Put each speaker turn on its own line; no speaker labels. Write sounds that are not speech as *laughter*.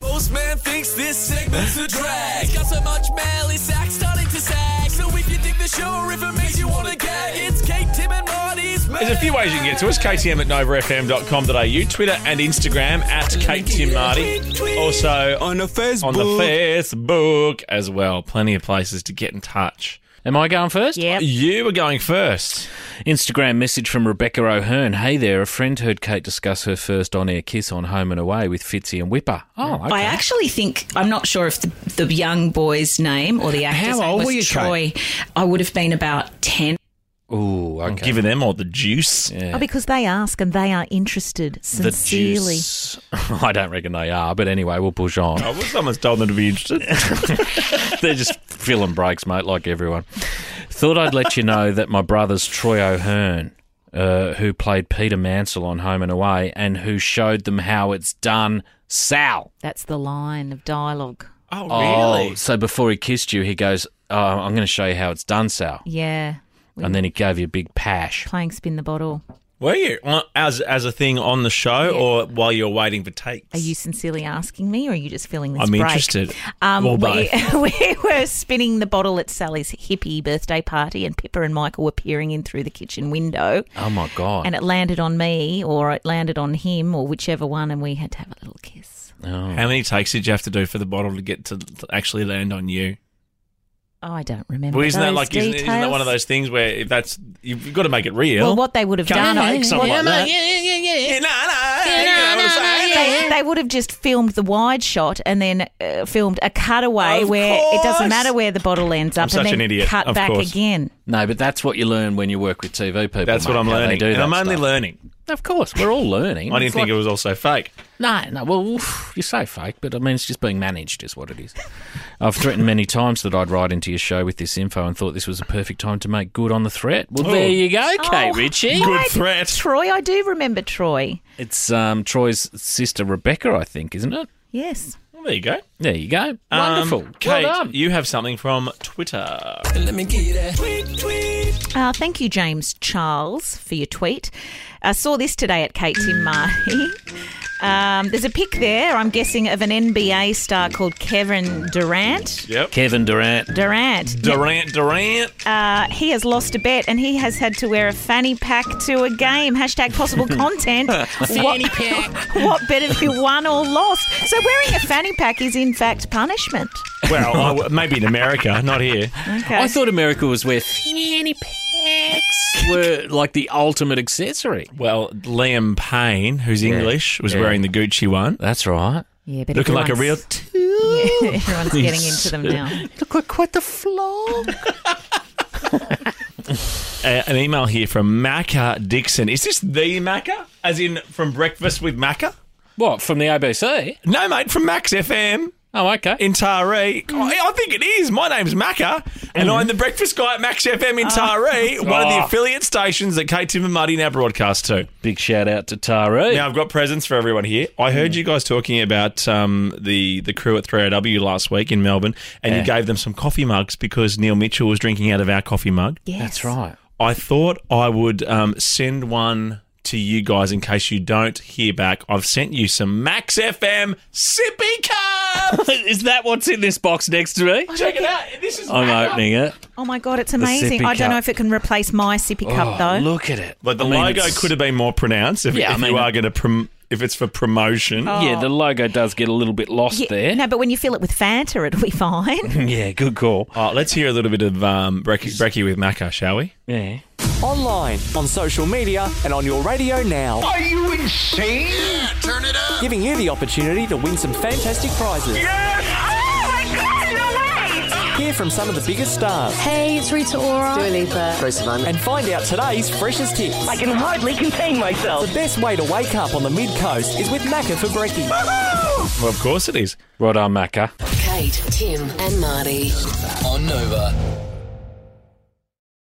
House man thinks this segment's a drag. It's got so much malice, sack starting to sag. So if you dig the show or if it makes you want to gag, it's Kate, Tim, and Marty's
There's a few ways you can get to us. KTM at novafm.com.au, Twitter and Instagram at Kate Tim Marty. Also
On the Facebook.
on the Facebook as well. Plenty of places to get in touch.
Am I going first?
Yep.
You were going first.
Instagram message from Rebecca O'Hearn. Hey there, a friend heard Kate discuss her first on air kiss on Home and Away with Fitzy and Whipper. Oh, okay.
I actually think I'm not sure if the, the young boy's name or the actor's
How
name
old
was
were you,
Troy. I would have been about ten.
Ooh, okay.
Giving them all the juice.
Yeah.
Oh, because they ask and they are interested
The
sincerely.
juice.
*laughs* I don't reckon they are, but anyway, we'll push on.
I was almost told them to be interested.
*laughs* They're just filling breaks, mate, like everyone. Thought I'd let you know that my brother's Troy O'Hearn, uh, who played Peter Mansell on Home and Away and who showed them how it's done, Sal.
That's the line of dialogue.
Oh,
Oh, so before he kissed you, he goes, oh, I'm going to show you how it's done, Sal.
Yeah. We
And then he gave you a big pash.
playing spin the bottle.
Were you Well, as as a thing on the show, or while you're waiting for takes?
Are you sincerely asking me, or are you just feeling this
I'm
break?
interested.
Um,
Well,
we, *laughs* we were spinning the bottle at Sally's hippie birthday party, and Pippa and Michael were peering in through the kitchen window,
Oh, my God.
and it landed on me, or it landed on him, or whichever one, and we had to have a little kiss.
How many takes did you have to do for the bottle to get to actually land on you?
Oh, I don't remember.
Well, isn't that
those
like isn't, isn't that
details.
one of those things where if that's you've got to make it real?
Well, what they would have done,
Cupcakes, something like that. Yeah,
yeah,
nah, nah, you know what I'm saying?
They, they would have just filmed the wide shot and then uh, filmed a cutaway
Of
where it
course.
doesn't matter where the bottle ends up,
I'm
and
such
then
an idiot.
cut
Of
back
course.
again.
No, but that's what you learn when you work with TV people.
That's
mate,
what I'm
how they
learning,
do
and
that
I'm only
stuff.
learning.
Of course, we're all learning.
I didn't
It's
think
like-
it was also fake.
No, no. Well, oof, you say fake, but I mean it's just being managed, is what it is. I've threatened many times that I'd write into your show with this info, and thought this was a perfect time to make good on the threat. Well,
Oh.
there you go, Kate
Oh,
Ritchie.
Good
I'd-
threat.
Troy, I do remember Troy.
It's um, Troy's sister Rebecca, I think, isn't it?
Yes.
Well, there you go.
There you go.
Um,
Wonderful,
Kate,
Well done.
you have something from Twitter.
Let me get a tweet, tweet.
Uh, thank you, James Charles, for your tweet. I saw this today at Kate Tim Marty. Um, there's a pic there, I'm guessing, of an NBA star called Kevin Durant.
Yep.
Kevin Durant.
Durant.
Durant, Durant.
Uh, he has lost a bet and he has had to wear a fanny pack to a game. Hashtag
*laughs*
possible content. fanny what, pack. *laughs* what bet have you won or lost? So wearing a fanny pack is in fact punishment.
well, I w- maybe in America, not here.
Okay.
I thought America was where fanny packs were like the ultimate accessory.
Well, Liam Payne, who's English, was
Yeah.
wearing the Gucci one,
That's right.
yeah, but
looking like a real.
everyone's-
T-
Yeah, *laughs*
*laughs*
everyone's getting into them now.
Look like quite the flog.
uh, an email here from Macca Dixon. Is this the Macca? As in from Breakfast with Macca?
What from the ABC?
No, mate, from Max FM
Oh, okay.
in Taree. Oh, yeah, I think it is. My name's Macca, and I'm the breakfast guy at Max FM in Taree, one of the
Oh.
affiliate stations that Kate Tim and Muddy now broadcast to.
Big shout out to Tari.
Now I've got presents for everyone here. I heard you guys talking about um, the the crew at 3RW last week in Melbourne, and you
Yeah.
gave them some coffee mugs because Neil Mitchell was drinking out of our coffee mug.
Yes.
That's right.
I thought I would um, send one to you guys in case you don't hear back. I've sent you some Max FM sippy
*laughs*
cups.
Is that what's in this box next to me?
Check it out. This is
I'm opening it.
Oh my god, it's amazing.
sippy
I don't
cup.
know
Oh,
if it can replace my sippy cup though.
Look at it.
But the
I mean,
logo
it's-
could have been more pronounced if,
Yeah, I
if you
mean- Oh.
are going to prom- if it's for promotion.
Yeah, the logo does get a little bit lost
Yeah,
there.
No, but when you fill it with Fanta, it'll be *laughs* fine.
Yeah, good call.
Uh, let's hear a little bit of um, Brekkie, Brekkie with Macca,
*laughs*
shall we?
Yeah.
Online, on social media, and on your radio now. Are you insane? turn it up. Giving you the opportunity to win some fantastic prizes. Hear from some of the biggest stars
Hey, it's Rita Ora.
and find out today's freshest tips.
I can hardly contain myself.
The best way to wake up on the mid coast is with Macca for brekkie.
Well, of course it is.
Right on, Macca.
Kate, Tim, and Marty.
On Nova.